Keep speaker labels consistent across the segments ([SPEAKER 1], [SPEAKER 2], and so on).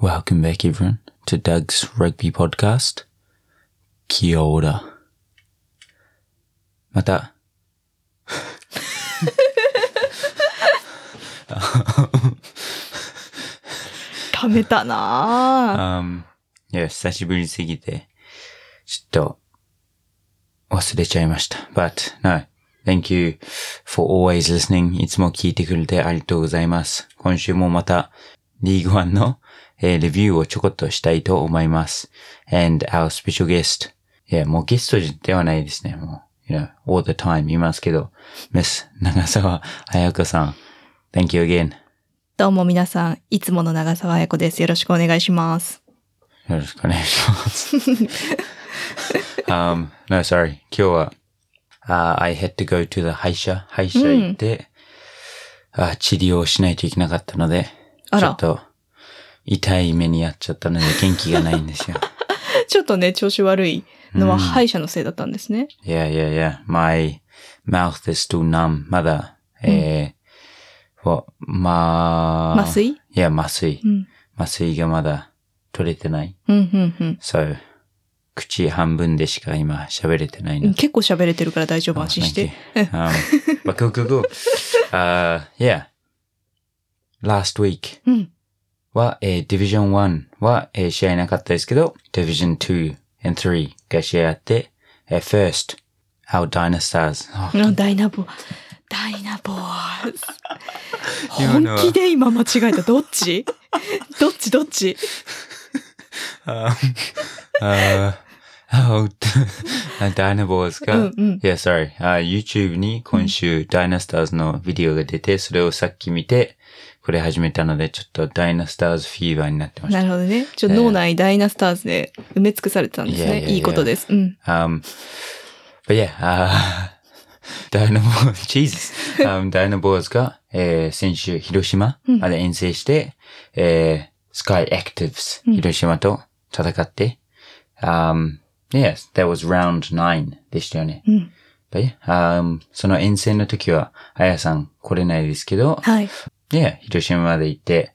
[SPEAKER 1] Welcome back, everyone, to Doug's Rugby Podcast. Kia ora. また、
[SPEAKER 2] 食べたなぁ。
[SPEAKER 1] um, いや、久しぶりすぎて、ちょっと、忘れちゃいました。But, no, thank you for always listening. いつも聞いてくれてありがとうございます。今週もまた、リーグワンの、えーレビューをちょこっとしたいと思います。And our special guest. いや、もうゲストではないですね。もう、you know, all the time いますけど、Miss 長澤彩香さん。Thank you again.
[SPEAKER 2] どうも皆さん、いつもの長澤彩子です。よろしくお願いします。
[SPEAKER 1] よろしくお願いします。um, no, sorry. 今日は、あ I had to go to the 歯医者、歯医者行って、あ治療をしないといけなかったので、
[SPEAKER 2] あ
[SPEAKER 1] ちょ
[SPEAKER 2] ら
[SPEAKER 1] っと痛い目にやっちゃったので 元気がないんですよ。
[SPEAKER 2] ちょっとね、調子悪いの
[SPEAKER 1] うん
[SPEAKER 2] は歯医者のせいだったんですね。
[SPEAKER 1] yeah, yeah, yeah. My mouth is still numb. まだ、えー、わまあ、
[SPEAKER 2] 麻酔
[SPEAKER 1] いや、麻酔
[SPEAKER 2] う。ん。
[SPEAKER 1] 麻酔がまだ取れてない。
[SPEAKER 2] うん、うん、
[SPEAKER 1] そう。口半分でしか今喋れてないの
[SPEAKER 2] うん。
[SPEAKER 1] で。
[SPEAKER 2] 結構喋れてるから大丈夫、安心して。
[SPEAKER 1] Thank you. Um, but cool, cool, cool. Uh, yeah. Last week
[SPEAKER 2] うん。
[SPEAKER 1] は、えー Division 1は、えー試合なかったですけど、Division 2 and 3が試合あって、えー First, Our Dynastars.
[SPEAKER 2] のダイナボー。ダイナボーズ。
[SPEAKER 1] 今
[SPEAKER 2] 本
[SPEAKER 1] のは
[SPEAKER 2] 気で今間違えた。どっち どっちどっち
[SPEAKER 1] Um, uh, Our Dynastars
[SPEAKER 2] う
[SPEAKER 1] が、
[SPEAKER 2] んうん。
[SPEAKER 1] いや、sorry. あ YouTube に今週、ダイナスターズのビデオが出て、それをさっき見て、これ始めたので、ちょっとダイナスターズフィーバーになってました
[SPEAKER 2] な。るほどね。ちょ、脳内ダイナスターズで埋め尽くされてたんです
[SPEAKER 1] いやいやいや
[SPEAKER 2] ね。いいことです。うん。
[SPEAKER 1] Um, but yeah, uh, Dynamo, Jesus. Um, Dynamo Boys が、えー、先週、広島
[SPEAKER 2] うん
[SPEAKER 1] まで遠征して、えー、Sky Actives、
[SPEAKER 2] うん
[SPEAKER 1] 広島と戦って、um, yes, that was round 9でしたよね。
[SPEAKER 2] うん。
[SPEAKER 1] But yeah, um, その遠征の時は、あやさん来れないですけど、
[SPEAKER 2] はい。
[SPEAKER 1] yeah, 広島まで行って、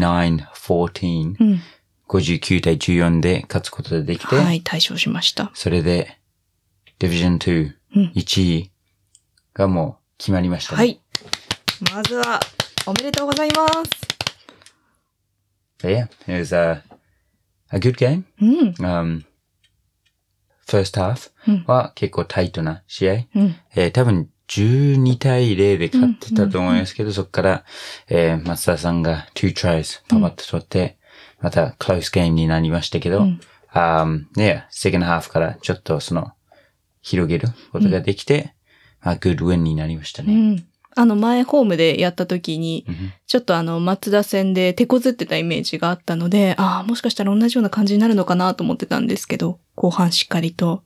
[SPEAKER 1] 59-14、
[SPEAKER 2] うん。
[SPEAKER 1] 59対14で勝つことができて、
[SPEAKER 2] はい、対処しました。
[SPEAKER 1] それで、ディビジョン2、
[SPEAKER 2] うん
[SPEAKER 1] 1位がもう決まりました、
[SPEAKER 2] は。い。まずは、おめでとうございます。
[SPEAKER 1] But yeah, it was a, a good game.
[SPEAKER 2] うん。
[SPEAKER 1] Um, first half
[SPEAKER 2] うん
[SPEAKER 1] は結構タイトな試合。
[SPEAKER 2] うん。
[SPEAKER 1] えー多分12対0で勝ってたと思いますけど、そこから、えー松田さんが2 tries パパッと取って、また close game になりましたけど、
[SPEAKER 2] う
[SPEAKER 1] うんん、ね、second half からちょっとその、広げることができて、まあ、good win になりました
[SPEAKER 2] う
[SPEAKER 1] ね。
[SPEAKER 2] ん。あの、前ホームでやった時に、
[SPEAKER 1] うん
[SPEAKER 2] ちょっとあの、松田戦で手こずってたイメージがあったので、ああ、もしかしたら同じような感じになるのかなと思ってたんですけど、後半しっかりと、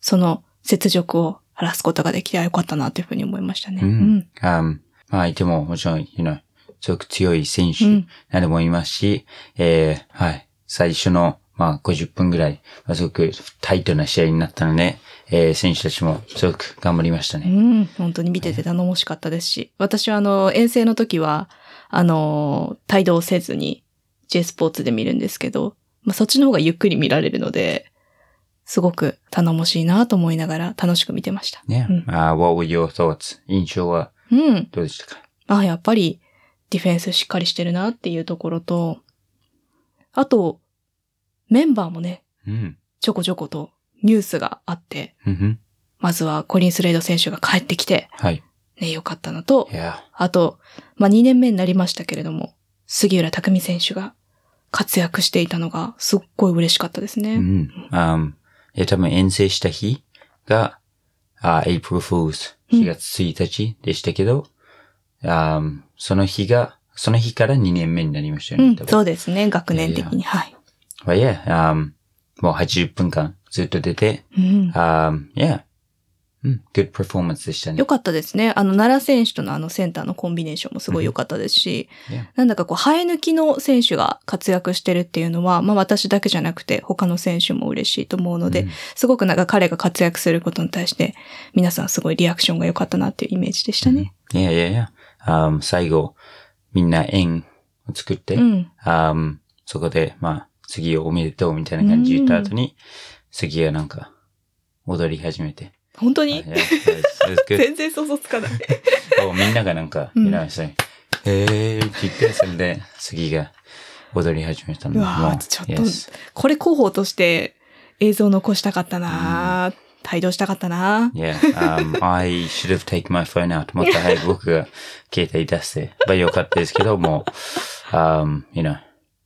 [SPEAKER 2] その雪辱を晴らすことができてあよかったなというふうに思いましたね。
[SPEAKER 1] う
[SPEAKER 2] うんん。
[SPEAKER 1] Um, まあ、相手ももちろん、you know, すごく強い選
[SPEAKER 2] う
[SPEAKER 1] 手
[SPEAKER 2] ん
[SPEAKER 1] などもいますし、えーはい、最初の、まあ、50分ぐらい、まあ、すごくタイトな試合になったので、えー選手たちもすごく頑張りました
[SPEAKER 2] う
[SPEAKER 1] ね。
[SPEAKER 2] ん。本当に見てて頼もしかったですし、私はあの、遠征の時は、あの、帯同せずに J スポーツで見るんですけど、まあ、そっちの方がゆっくり見られるので、すごく頼もしいなと思いながら楽しく見てました。
[SPEAKER 1] ね、
[SPEAKER 2] うん
[SPEAKER 1] あー What were your thoughts? 印象は
[SPEAKER 2] うん。
[SPEAKER 1] どうでしたか
[SPEAKER 2] あ、やっぱりディフェンスしっかりしてるなっていうところと、あと、メンバーもね、
[SPEAKER 1] うん。
[SPEAKER 2] ちょこちょことニュースがあって、
[SPEAKER 1] うんうん。
[SPEAKER 2] まずはコリン・スレイド選手が帰ってきて、
[SPEAKER 1] はい。
[SPEAKER 2] ね、良かったのと
[SPEAKER 1] い、や、
[SPEAKER 2] あと、まあ、2年目になりましたけれども、杉浦匠選手が活躍していたのがすっごい嬉しかったですね。
[SPEAKER 1] うん。あーいや、多分遠征した日が、あー April Fools、
[SPEAKER 2] うん
[SPEAKER 1] 4月1日でしたけど、あーその日が、その日から2年目になりましたよ
[SPEAKER 2] う
[SPEAKER 1] ね。
[SPEAKER 2] ん、
[SPEAKER 1] 多分
[SPEAKER 2] そうですね、学年的
[SPEAKER 1] い
[SPEAKER 2] に。はい。
[SPEAKER 1] But yeah, um, もう80分間ずっと出て、
[SPEAKER 2] うん。
[SPEAKER 1] um, yeah. うん、good performance でしたね
[SPEAKER 2] 良。かったですね。あの、奈良選手とのあのセンターのコンビネーションもすごい良かったですし、
[SPEAKER 1] Yeah.
[SPEAKER 2] なんだかこう、生え抜きの選手が活躍してるっていうのは、まあ私だけじゃなくて他の選手も嬉しいと思うので、
[SPEAKER 1] うん
[SPEAKER 2] すごくなんか彼が活躍することに対して、皆さんすごいリアクションが良かったなっていうイメージでしたね。
[SPEAKER 1] いやいやいや。um, 最後、みんな円を作って、
[SPEAKER 2] うん。
[SPEAKER 1] um, そこで、まあ、次をおめでとうみたいな感じ言った後に、次がなんか、踊り始めて。
[SPEAKER 2] 本当
[SPEAKER 1] あ
[SPEAKER 2] に
[SPEAKER 1] yeah, that was- that was good.
[SPEAKER 2] 全然想像つかない。
[SPEAKER 1] おみんながなんか、
[SPEAKER 2] うん
[SPEAKER 1] みんながさ、えーって言って、それで、次が踊り始めたの。
[SPEAKER 2] うわー
[SPEAKER 1] も
[SPEAKER 2] ちょっと
[SPEAKER 1] yes,
[SPEAKER 2] これ広報として映像残したかったな帯同したかったな
[SPEAKER 1] Yeah, um, I should have taken my phone out. もっと早く僕が携帯出せばよかったです けど、もう、um, you know,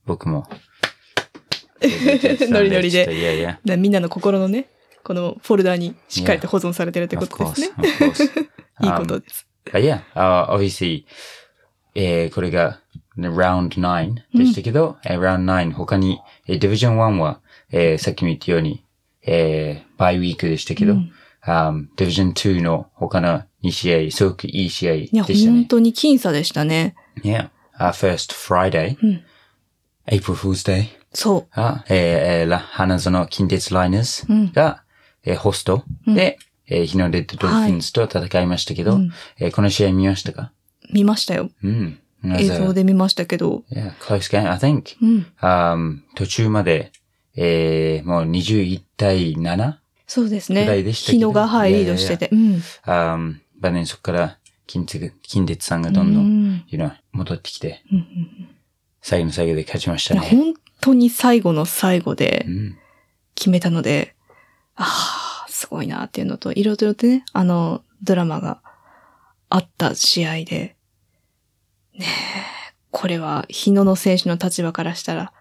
[SPEAKER 1] 僕も。
[SPEAKER 2] ノリノリで
[SPEAKER 1] ちょっといやいや。
[SPEAKER 2] なみんなの心のね、このフォルダにしっかりと保存されてるってこ
[SPEAKER 1] Of
[SPEAKER 2] とです
[SPEAKER 1] course,
[SPEAKER 2] ね。
[SPEAKER 1] of course.
[SPEAKER 2] いいことです。
[SPEAKER 1] But yeah, uh, obviously, えーこれが、ね round 9でしたけど、えー round 9、他に、えー division 1は、えーさっきも言ったように、えー、バイウィークでしたけど、
[SPEAKER 2] うん
[SPEAKER 1] あー division 2の他の2試合、すごくいい試合
[SPEAKER 2] いや、
[SPEAKER 1] でした
[SPEAKER 2] 本
[SPEAKER 1] ね。
[SPEAKER 2] 当に僅差でしたね。
[SPEAKER 1] Yeah. Our first Friday,
[SPEAKER 2] うん
[SPEAKER 1] April Fool's Day,
[SPEAKER 2] そ
[SPEAKER 1] が、えーえー、ラ花園近鉄ライナーズが、えーホストで、えー日のレッドドルフィンズと戦いましたけど、
[SPEAKER 2] うん
[SPEAKER 1] えーこの試合見ましたか
[SPEAKER 2] う。見ましたよ。
[SPEAKER 1] うん。
[SPEAKER 2] 映像で見ましたけど。
[SPEAKER 1] Yeah, close game. I think,
[SPEAKER 2] うん。
[SPEAKER 1] um, 途中まで、えー、もう21対 7?
[SPEAKER 2] そうです
[SPEAKER 1] ぐらい
[SPEAKER 2] ね。
[SPEAKER 1] でしたけど
[SPEAKER 2] 日野が、はい、
[SPEAKER 1] いや
[SPEAKER 2] リ
[SPEAKER 1] いやいや
[SPEAKER 2] ードしてて。うん。
[SPEAKER 1] Um, まあね、そこから近鉄、近鉄さんがどんどん、
[SPEAKER 2] うん
[SPEAKER 1] you know, 戻ってきて、
[SPEAKER 2] うんうん
[SPEAKER 1] 最後の最後で勝ちまし
[SPEAKER 2] い
[SPEAKER 1] た
[SPEAKER 2] や
[SPEAKER 1] ね。
[SPEAKER 2] 本当に最後の最後で
[SPEAKER 1] うん。
[SPEAKER 2] 決めたので、ああ、すごいなっていうのと、いろいろとね、あの、ドラマがあった試合で、ねえ、これは日野の選手の立場からしたら、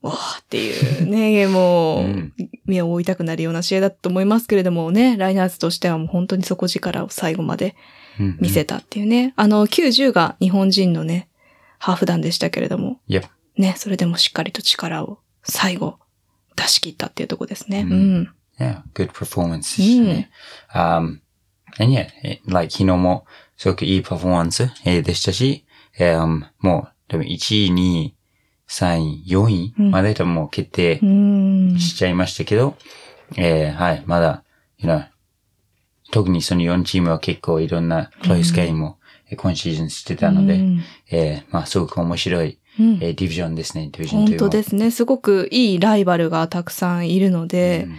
[SPEAKER 2] わあっていうね、もう、
[SPEAKER 1] うん
[SPEAKER 2] 目を追いたくなるような試合だと思いますけれどもね、ライナーズとしてはもう本当に底力を最後まで
[SPEAKER 1] うん
[SPEAKER 2] 見せたっていうね。あの、90が日本人のね、ハーフ団でしたけれども、
[SPEAKER 1] Yep.
[SPEAKER 2] ね、それでもしっかりと力を最後出し切ったっていうとこですね。う。
[SPEAKER 1] うんん Yeah, good performance でしたね。um, and yeah, it- like, 昨日もすごくいいパフォーマンス、えーでしたし、えー um, もう、多分1位、2位、3位、4位までともう決定、
[SPEAKER 2] うん。
[SPEAKER 1] しちゃいましたけど、えーはい、まだ、you know 特にその4チームは結構いろんなクロイスゲームをえー今シーズンしてたので、
[SPEAKER 2] うん
[SPEAKER 1] えーまあすごく面白い、
[SPEAKER 2] うん
[SPEAKER 1] えーディビジョンですね、ディビジョンとい
[SPEAKER 2] 本
[SPEAKER 1] うのは
[SPEAKER 2] 当ですね。すごくいいライバルがたくさんいるので、
[SPEAKER 1] うん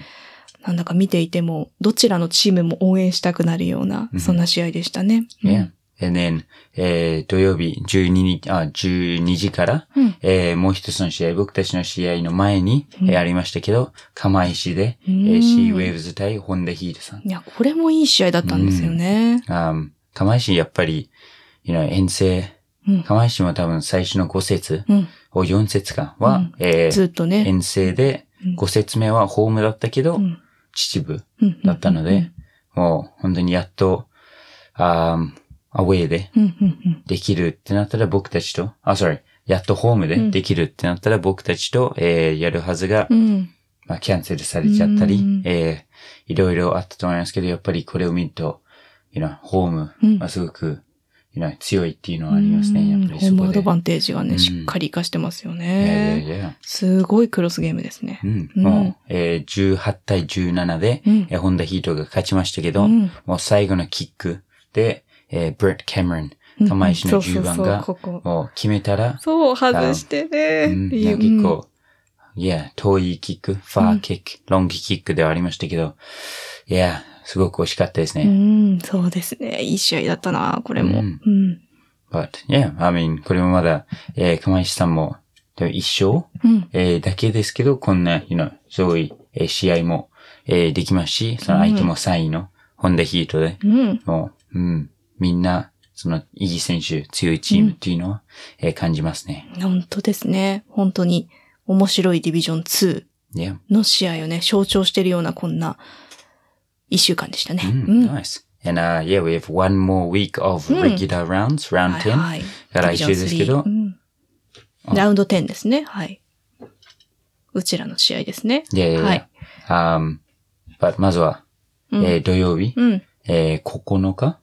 [SPEAKER 2] なんだか見ていても、どちらのチームも応援したくなるような、
[SPEAKER 1] うん
[SPEAKER 2] そんな試合でしたね。うん
[SPEAKER 1] Yeah. And then, えー土曜日12日、あ、12時から、
[SPEAKER 2] うん
[SPEAKER 1] えーもう一つの試合、僕たちの試合の前に、えーありましたけど、釜石で、え
[SPEAKER 2] うん
[SPEAKER 1] ー、シーウェーブズ対ホンダヒールさん。
[SPEAKER 2] いや、これもいい試合だったんですよね。
[SPEAKER 1] um, 釜石やっぱり、you know, 遠征、
[SPEAKER 2] うん
[SPEAKER 1] 釜石も多分最初の5節
[SPEAKER 2] うん。
[SPEAKER 1] を4節かは、
[SPEAKER 2] うん
[SPEAKER 1] えー
[SPEAKER 2] ずっとね。
[SPEAKER 1] 遠征で
[SPEAKER 2] うん
[SPEAKER 1] 5節目はホームだったけど、
[SPEAKER 2] うん
[SPEAKER 1] 秩父
[SPEAKER 2] うん
[SPEAKER 1] だったので、もう本当にやっと、あーアウェーで
[SPEAKER 2] うんうんうん。
[SPEAKER 1] できるってなったら僕たちと、あ、sorry、やっとホーム
[SPEAKER 2] う
[SPEAKER 1] で
[SPEAKER 2] ん
[SPEAKER 1] できるってなったら僕たちと、えーやるはずが、
[SPEAKER 2] うん。
[SPEAKER 1] まあ、キャンセルされちゃったり、
[SPEAKER 2] うん
[SPEAKER 1] えーいろいろあったと思いますけど、やっぱりこれを見ると、you know ホーム
[SPEAKER 2] うん
[SPEAKER 1] はすごく、you know 強いっていうのはありますね。やっぱり
[SPEAKER 2] ホー
[SPEAKER 1] そ
[SPEAKER 2] ム
[SPEAKER 1] こ
[SPEAKER 2] アド
[SPEAKER 1] で。
[SPEAKER 2] バンテージが
[SPEAKER 1] う
[SPEAKER 2] ね、
[SPEAKER 1] ん
[SPEAKER 2] しっかり活かしてますよ
[SPEAKER 1] いや
[SPEAKER 2] ね。
[SPEAKER 1] いやいや。
[SPEAKER 2] すごいクロスゲームですね
[SPEAKER 1] う。ん。
[SPEAKER 2] うん
[SPEAKER 1] もう、えー18対17で、
[SPEAKER 2] うん
[SPEAKER 1] えーホンダヒートが勝ちましたけど、
[SPEAKER 2] うん
[SPEAKER 1] もう最後のキックで、えーブレット・キャメロン、釜石の10番が、
[SPEAKER 2] そうそうそうここ
[SPEAKER 1] もう決めたら、
[SPEAKER 2] そう、外して
[SPEAKER 1] う
[SPEAKER 2] ね。
[SPEAKER 1] ん、
[SPEAKER 2] いい
[SPEAKER 1] なんか結構、いや、遠いキック、ファーキック、ロングキックではありましたけど、いや、すごく惜しかったです
[SPEAKER 2] う
[SPEAKER 1] ね。
[SPEAKER 2] ん、うんそうですね。いい試合だったな、これも。
[SPEAKER 1] う
[SPEAKER 2] うんん。
[SPEAKER 1] But, yeah, I mean, これもまだ、えー、釜石さんも、でも一勝
[SPEAKER 2] うん。
[SPEAKER 1] えーだけですけど、こんな、you know すごい、えー試合も、えーできますし、その相手も3位のホンダヒートで、
[SPEAKER 2] うん。
[SPEAKER 1] もう、うん、みんな、その、いい選手、強いチームっていうのは、えー感じますね。
[SPEAKER 2] 本当ですね。本当に面白いディビジョン2
[SPEAKER 1] Yeah.
[SPEAKER 2] の試合をね、象徴してるようなこんな一週間でしたね。
[SPEAKER 1] Mm,
[SPEAKER 2] うん。
[SPEAKER 1] Nice. And, uh, yeah, we have one more week of
[SPEAKER 2] うん
[SPEAKER 1] regular rounds, round 10.
[SPEAKER 2] い
[SPEAKER 1] が来週ですけど
[SPEAKER 2] ディビジョン3うん
[SPEAKER 1] あ
[SPEAKER 2] ラウンド10ですね。はい。うちらの試合ですね。
[SPEAKER 1] Yeah, yeah,
[SPEAKER 2] は
[SPEAKER 1] yeah.
[SPEAKER 2] い。
[SPEAKER 1] Um, but まずは、
[SPEAKER 2] うん
[SPEAKER 1] えー土曜日、
[SPEAKER 2] うん。
[SPEAKER 1] えー9日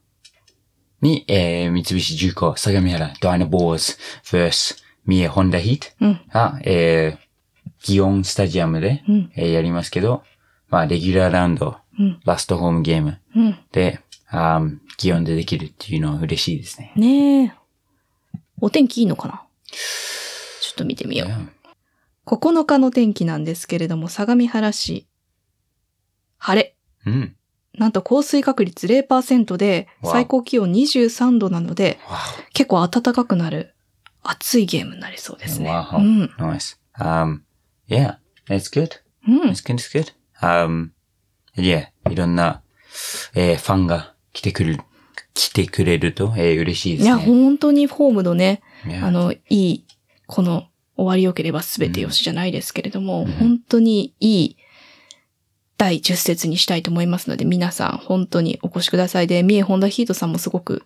[SPEAKER 1] に、えー三菱重工、相模原、ダイナボーズ vs 三重ホンダヒート
[SPEAKER 2] うん。
[SPEAKER 1] が、えー、祇園スタジアムで、
[SPEAKER 2] うん
[SPEAKER 1] えーやりますけど、まあ、レギュラーラウンド、
[SPEAKER 2] うん
[SPEAKER 1] ラストホームゲーム
[SPEAKER 2] うん。
[SPEAKER 1] で、あー祇園でできるっていうのは嬉しいですね。
[SPEAKER 2] ねえ。お天気いいのかなちょっちょっと見てみよう。
[SPEAKER 1] Yeah.
[SPEAKER 2] 9日の天気なんですけれども、相模原市、晴れ。
[SPEAKER 1] Mm.
[SPEAKER 2] なんと降水確率0%で、
[SPEAKER 1] わお
[SPEAKER 2] 最高気温23度なので、
[SPEAKER 1] Wow.
[SPEAKER 2] 結構暖かくなる、暑いゲームになりそうですね。
[SPEAKER 1] Wow.
[SPEAKER 2] うん。
[SPEAKER 1] Nice. Um, yeah, that's good.
[SPEAKER 2] うん。
[SPEAKER 1] That's good, that's good. Um, yeah, いろんな、えーファンが来てくる、来てくれると、えー嬉しいで
[SPEAKER 2] い
[SPEAKER 1] す
[SPEAKER 2] や、
[SPEAKER 1] ね。
[SPEAKER 2] 本当にホームのね、
[SPEAKER 1] Yeah.
[SPEAKER 2] あの、いい、この、終わりよければ全てよしじゃないですけれど
[SPEAKER 1] う
[SPEAKER 2] も、
[SPEAKER 1] ん
[SPEAKER 2] 本当にいい第10節にしたいと思いますので、皆さん本当にお越しくださいで、三重ホンダヒートさんもすごく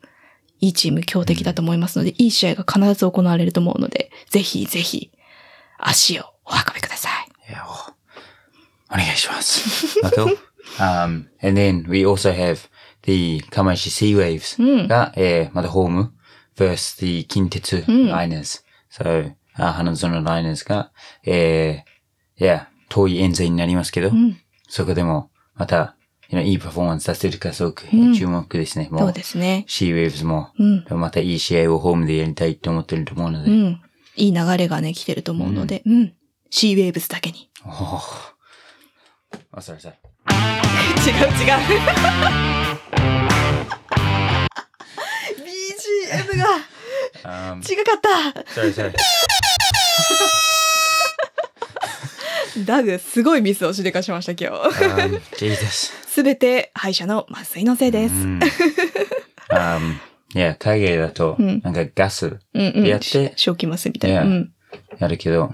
[SPEAKER 2] いいチーム、強敵だと思いますので、いい試合が必ず行われると思うので、ぜひぜひ、足をお運びください。
[SPEAKER 1] Yeah, oh. お願いします。 あと、um, and then we also have the 釜石 Sea Waves
[SPEAKER 2] うん
[SPEAKER 1] が、えーまたホーム versus the 近鉄
[SPEAKER 2] うん
[SPEAKER 1] Liners。so, あ花園 Liners が、えー、yeah, 遠い遠征になりますけど、
[SPEAKER 2] うん。
[SPEAKER 1] そこでもまた、you know, いいパフォーマンス出せるかすごく、
[SPEAKER 2] うん
[SPEAKER 1] 注目ですね。も
[SPEAKER 2] そう
[SPEAKER 1] う
[SPEAKER 2] ですね。
[SPEAKER 1] Sea Waves も
[SPEAKER 2] うん。
[SPEAKER 1] またいい試合をホームでやりたいと思ってると思うの
[SPEAKER 2] う
[SPEAKER 1] で、
[SPEAKER 2] ん。いい流れがね、来てると思うので、うん。シーウェーブスだけに。
[SPEAKER 1] おおあ、それさ。
[SPEAKER 2] 違う違う BGM が
[SPEAKER 1] Um,
[SPEAKER 2] 違かった
[SPEAKER 1] sorry, sorry.
[SPEAKER 2] ダグすごいミスをしでかしました今日
[SPEAKER 1] Um, Jesus.
[SPEAKER 2] すべて歯医者の麻酔のせいです、
[SPEAKER 1] うん Um, いや、影だと、
[SPEAKER 2] うん
[SPEAKER 1] なんかガス
[SPEAKER 2] うんうん
[SPEAKER 1] やって
[SPEAKER 2] 正気麻酔みたいな、
[SPEAKER 1] Yeah
[SPEAKER 2] うん
[SPEAKER 1] やるけど、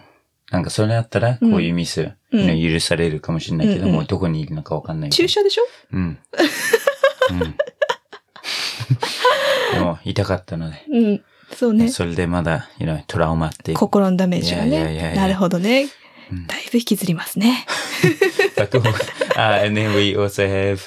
[SPEAKER 1] なんかそれだったら、こういうミス、
[SPEAKER 2] うん
[SPEAKER 1] ね許されるかもしれないけど、
[SPEAKER 2] うんうん
[SPEAKER 1] もうどこにいるのかわかんない。
[SPEAKER 2] 注射でしょ
[SPEAKER 1] うん。うん。でも、痛かったので、
[SPEAKER 2] うんそうね
[SPEAKER 1] それでまだ、you know トラウマって いう。
[SPEAKER 2] 心のダメージがね
[SPEAKER 1] Yeah, yeah, yeah, yeah.
[SPEAKER 2] なるほどね、
[SPEAKER 1] うん
[SPEAKER 2] だいぶ引きずりますね
[SPEAKER 1] Back home. uh, and then we also have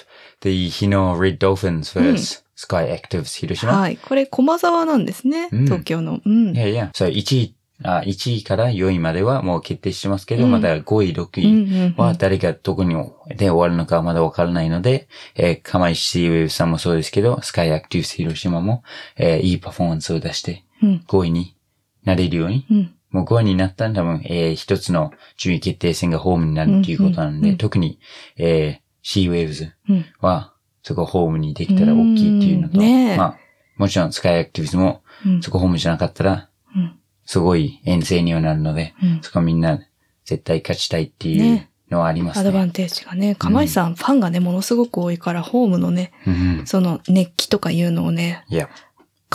[SPEAKER 1] the Hino Red Dolphins versus Sky Actives Hiroshima.
[SPEAKER 2] はいこれ駒沢なんですね、
[SPEAKER 1] うん
[SPEAKER 2] 東京のうん
[SPEAKER 1] いやいや、そう、1位、あ1位から4位まではもう決定してますけど、
[SPEAKER 2] うん
[SPEAKER 1] まだ5位、
[SPEAKER 2] うんう
[SPEAKER 1] 6位
[SPEAKER 2] んう
[SPEAKER 1] は
[SPEAKER 2] ん
[SPEAKER 1] 誰がどこにで終わるのかはまだわからないので、えー、釜石シーウェイブさんもそうですけど、スカイアクティブス広島も、えーいいパフォーマンスを出して
[SPEAKER 2] うん
[SPEAKER 1] 5位になれるように、
[SPEAKER 2] うん
[SPEAKER 1] もう5位になったら多分、えー一つの順位決定戦がホームになるっていうことなん
[SPEAKER 2] うんう
[SPEAKER 1] で、
[SPEAKER 2] んうん
[SPEAKER 1] 特に、えー、シーウェイブズ
[SPEAKER 2] うん
[SPEAKER 1] は、そこホームにできたら大きいっていうのと、
[SPEAKER 2] うんねえ
[SPEAKER 1] まあ、もちろんスカイアクティブスも、
[SPEAKER 2] うん
[SPEAKER 1] そこホームじゃなかったら、
[SPEAKER 2] うん
[SPEAKER 1] すごい遠征にはなるので、
[SPEAKER 2] うん
[SPEAKER 1] そこみんな絶対勝ちたいっていうのはあります
[SPEAKER 2] ア
[SPEAKER 1] ね。
[SPEAKER 2] ドバンテージがね、釜石さん、ファンがね、ものすごく多いから、ホームのね、
[SPEAKER 1] うん。
[SPEAKER 2] その熱気とかいうのをね、
[SPEAKER 1] いや、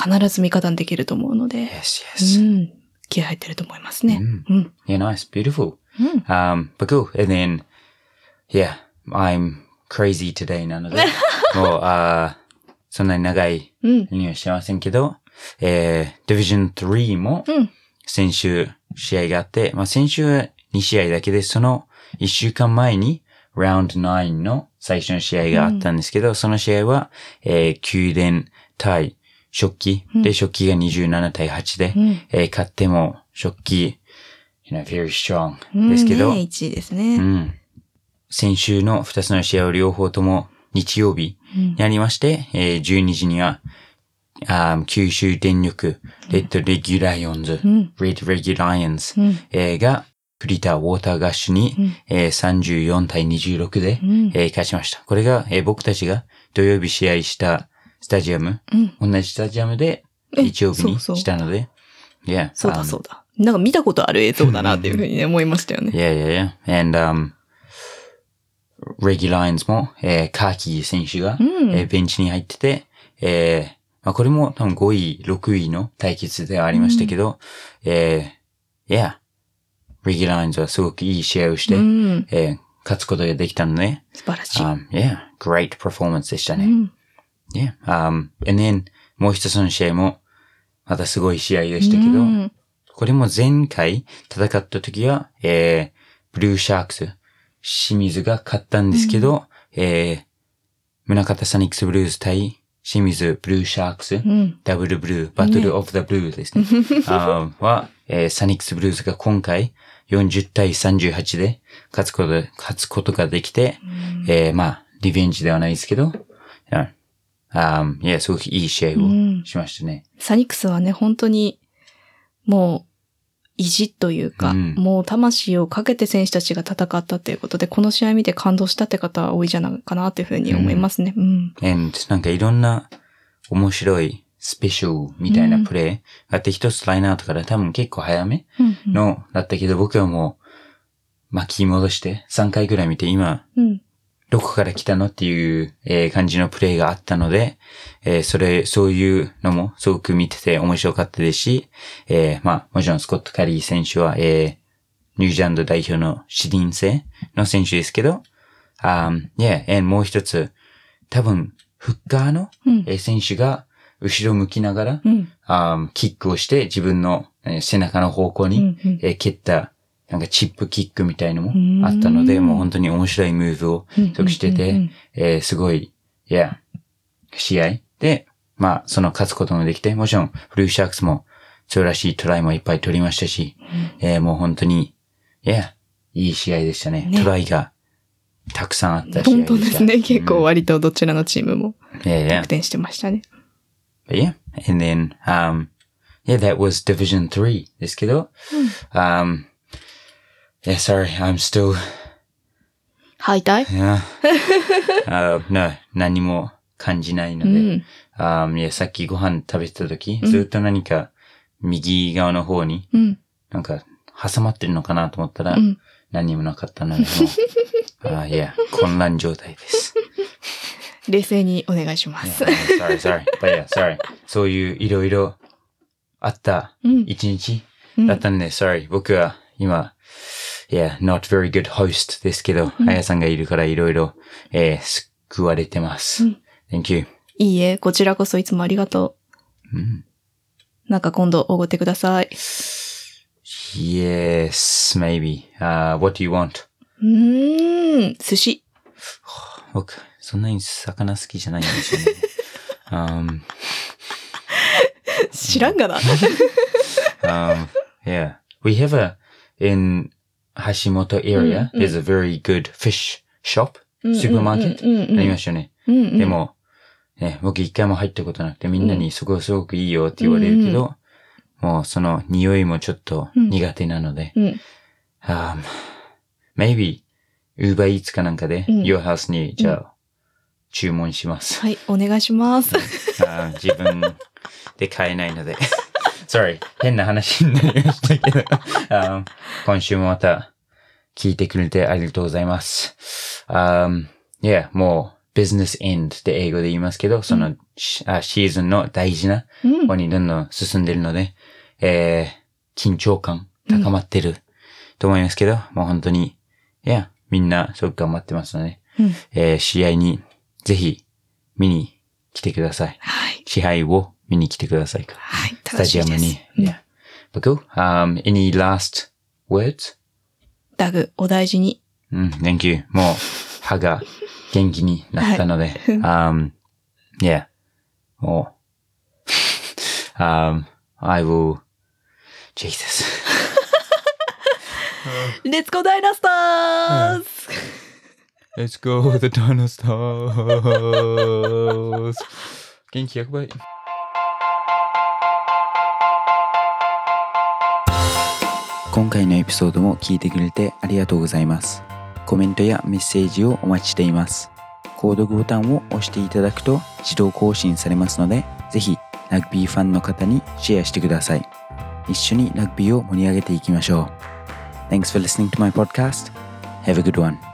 [SPEAKER 2] 必ず味方にできると思うの
[SPEAKER 1] yes,
[SPEAKER 2] で、う
[SPEAKER 1] yes.
[SPEAKER 2] ん、気合入ってると思いますね。うん、
[SPEAKER 1] Yeah, nice, beautiful.
[SPEAKER 2] うん、
[SPEAKER 1] Um, but cool. And then, yeah, I'm crazy today なの で、もう、あーそんなに長い
[SPEAKER 2] うん、
[SPEAKER 1] にはしてませんけど、えー、Division 3も
[SPEAKER 2] うん、
[SPEAKER 1] 先週試合があって、まあ先週は2試合だけで、その1週間前に Round 9の最初の試合があったんですけど、その試合は、えー、宮殿対食器
[SPEAKER 2] う
[SPEAKER 1] で、
[SPEAKER 2] ん
[SPEAKER 1] 食器が27対8で、
[SPEAKER 2] うん。
[SPEAKER 1] えー勝っても食器、you know, very strong
[SPEAKER 2] うん
[SPEAKER 1] ですけど、
[SPEAKER 2] ね、1位です
[SPEAKER 1] う
[SPEAKER 2] ね。
[SPEAKER 1] ん。先週の2つの試合を両方とも日曜日
[SPEAKER 2] うん
[SPEAKER 1] にありまして、えー12時には、あー九州電力、レッドレギュライオンズ、
[SPEAKER 2] うん、
[SPEAKER 1] レッドレギュライオンズ
[SPEAKER 2] う、ん、
[SPEAKER 1] えーが、栗田ウォーターガッシュに、
[SPEAKER 2] うん
[SPEAKER 1] えー34対26で、
[SPEAKER 2] うん、
[SPEAKER 1] えー勝ちました。これが、えー僕たちが土曜日試合したスタジアム、
[SPEAKER 2] うん。
[SPEAKER 1] 同じスタジアムで
[SPEAKER 2] え
[SPEAKER 1] 日曜日に
[SPEAKER 2] そうそう
[SPEAKER 1] したので、Yeah.
[SPEAKER 2] そう
[SPEAKER 1] um,
[SPEAKER 2] だそうだ。なんか見たことある映像だなっていうふうにね、思いましたよね。
[SPEAKER 1] Yeah, yeah, yeah. And, um, Reggie Lyons も、えー、カーキー選手が、
[SPEAKER 2] うん
[SPEAKER 1] えーベンチに入ってて、えーまあ、これも多分5位、6位の対決ではありましたけど、えー、yeah, Reggie Lyons はすごくいい試合をして、
[SPEAKER 2] うん、
[SPEAKER 1] えー勝つことができたので、
[SPEAKER 2] 素晴らしい。
[SPEAKER 1] um, yeah, great performance でした
[SPEAKER 2] う
[SPEAKER 1] ね。
[SPEAKER 2] ん、
[SPEAKER 1] yeah, um, and then, もう一つの試合も、またすごい試合でしたけど、
[SPEAKER 2] うん
[SPEAKER 1] これも前回戦った時は、えー、ブルーシャークス、清水が勝ったんですけど、えー、宗方サニックスブルーズ対清水ブルーシャークス、
[SPEAKER 2] うん、
[SPEAKER 1] ダブルブルー、バトルオブザブルーです ね。あーは、えーサニックスブルーズが今回40対38で勝つこと、勝つことができて、えー、まあ、リベンジではないですけど、うんあーいや、すごくいい試合
[SPEAKER 2] うん
[SPEAKER 1] をしましたね。
[SPEAKER 2] サニックスはね、本当に、もう、意地というか、
[SPEAKER 1] うん
[SPEAKER 2] もう魂をかけて選手たちが戦ったということで、この試合見て感動したって方は多いじゃないかなというふうに思いますね。うん。
[SPEAKER 1] and なんかいろんな面白いスペシャルみたいなプレイがあって一つラインアウトから多分結構早め
[SPEAKER 2] うんうん
[SPEAKER 1] のだったけど僕はもう巻き戻して3回ぐらい見て今
[SPEAKER 2] うん。
[SPEAKER 1] どこから来たのっていう、えー感じのプレイがあったので、えーそれ、そういうのもすごく見てて面白かったですし、えーまあ、もちろんスコット・カリー選手は、えーニュージーランド代表の視認性の選手ですけど、um, yeah, and もう一つ、多分、フッカーの、
[SPEAKER 2] うん。
[SPEAKER 1] えー選手が後ろ向きながら、
[SPEAKER 2] うん。
[SPEAKER 1] um, キックをして自分の、えー背中の方向に、
[SPEAKER 2] うん
[SPEAKER 1] えー蹴った、なんかチップキックみたいのもあったので、
[SPEAKER 2] うん
[SPEAKER 1] もう本当に面白いムーブを得してて、
[SPEAKER 2] うんうんうん
[SPEAKER 1] えーすごい、いや、試合で、まあ、その勝つこともできて、もちろん、フルーシャークスも、そうらしいトライもいっぱい取りましたし、えーもう本当に、いや、いい試合でしたね。
[SPEAKER 2] ね
[SPEAKER 1] トライが、たくさんあった試合
[SPEAKER 2] 本
[SPEAKER 1] でした。
[SPEAKER 2] 当ですね。結構割とどちらのチームも
[SPEAKER 1] うん。いやいや
[SPEAKER 2] 得。点してましたね。
[SPEAKER 1] But yeah, and then, um, yeah, that was Division 3ですけど、um, yeah, sorry, I'm still,
[SPEAKER 2] 敗 退
[SPEAKER 1] yeah, uh, no, 何も感じないの
[SPEAKER 2] う
[SPEAKER 1] で、
[SPEAKER 2] ん。
[SPEAKER 1] あーいや、さっきご飯食べてた時、
[SPEAKER 2] うん
[SPEAKER 1] ずっと何か右側の方に、
[SPEAKER 2] うん。
[SPEAKER 1] なんか挟まってるのかなと思ったら、
[SPEAKER 2] うん
[SPEAKER 1] 何にもなかったので、もうあーいや、混乱状態です。
[SPEAKER 2] 冷静にお願いしま
[SPEAKER 1] Yeah,
[SPEAKER 2] す。
[SPEAKER 1] sorry, sorry, but yeah, sorry. そういういろいろあった
[SPEAKER 2] うん。
[SPEAKER 1] 一日
[SPEAKER 2] うん
[SPEAKER 1] だったんで、sorry, 僕は今、いや、not very good host ですけど、
[SPEAKER 2] うん
[SPEAKER 1] あやさんがいるからいろいろ、えー救われてます。
[SPEAKER 2] うん
[SPEAKER 1] Thank you.
[SPEAKER 2] いいえ、こちらこそいつもありがと
[SPEAKER 1] うん
[SPEAKER 2] う。なんか今度おごってください。
[SPEAKER 1] Yes, maybe. Uh, what do you want?
[SPEAKER 2] うーん、寿司。
[SPEAKER 1] 僕、そんなに魚好きじゃないんですよ ね。um,
[SPEAKER 2] 知らんがな。
[SPEAKER 1] um, yeah. We have a, in Hashimoto area,
[SPEAKER 2] うんうん
[SPEAKER 1] there's a very good fish shop,
[SPEAKER 2] ス
[SPEAKER 1] supermarket?
[SPEAKER 2] うんうん
[SPEAKER 1] ありましたよね。
[SPEAKER 2] うんうん。
[SPEAKER 1] でも、ね、僕一回も入ったことなくて、みんなにそこすごくいいよって言われるけど、もうその匂いもちょっと苦手なので、
[SPEAKER 2] うん。
[SPEAKER 1] Um, maybe, Uber Eats かなんかで、
[SPEAKER 2] うん
[SPEAKER 1] Your House に、じゃあ、注文します。
[SPEAKER 2] はい、お願いします。
[SPEAKER 1] あー自分で買えないので。Sorry, 変な話になりましたけど、Um, 今週もまた聞いてくれてありがとうございます。Um, yeah, もう、business end って英語で言いますけど、その、しあシーズンの大事な
[SPEAKER 2] うん
[SPEAKER 1] 方にどんどん進んでるので、えー、緊張感高まってると思いますけど、もう本当に、いや、みんなすごく頑張ってますので、
[SPEAKER 2] うん
[SPEAKER 1] えー、試合にぜひ見に来てください。
[SPEAKER 2] はい。
[SPEAKER 1] 試合を見に来てください。
[SPEAKER 2] はい、
[SPEAKER 1] スタ
[SPEAKER 2] 楽し
[SPEAKER 1] ジア
[SPEAKER 2] み
[SPEAKER 1] ム
[SPEAKER 2] で
[SPEAKER 1] に
[SPEAKER 2] す。。
[SPEAKER 1] Yeah. But cool. Um, any last words?
[SPEAKER 2] ダグ、お大事に。
[SPEAKER 1] うん、thank you. もう、歯が元気になったの で、um, yeah. もう、um, I will, Jesus.
[SPEAKER 2] Let's go Dynastars!
[SPEAKER 1] Let's go, the dinosaurs! 元気100倍。今回のエピソードも聞いてくれてありがとうございます。コメントやメッセージをお待ちしています。購読ボタンを押していただくと自動更新されますので、ぜひラグビーファンの方にシェアしてください。一緒にラグビーを盛り上げていきましょう。Thanks for listening to my podcast. Have a good one.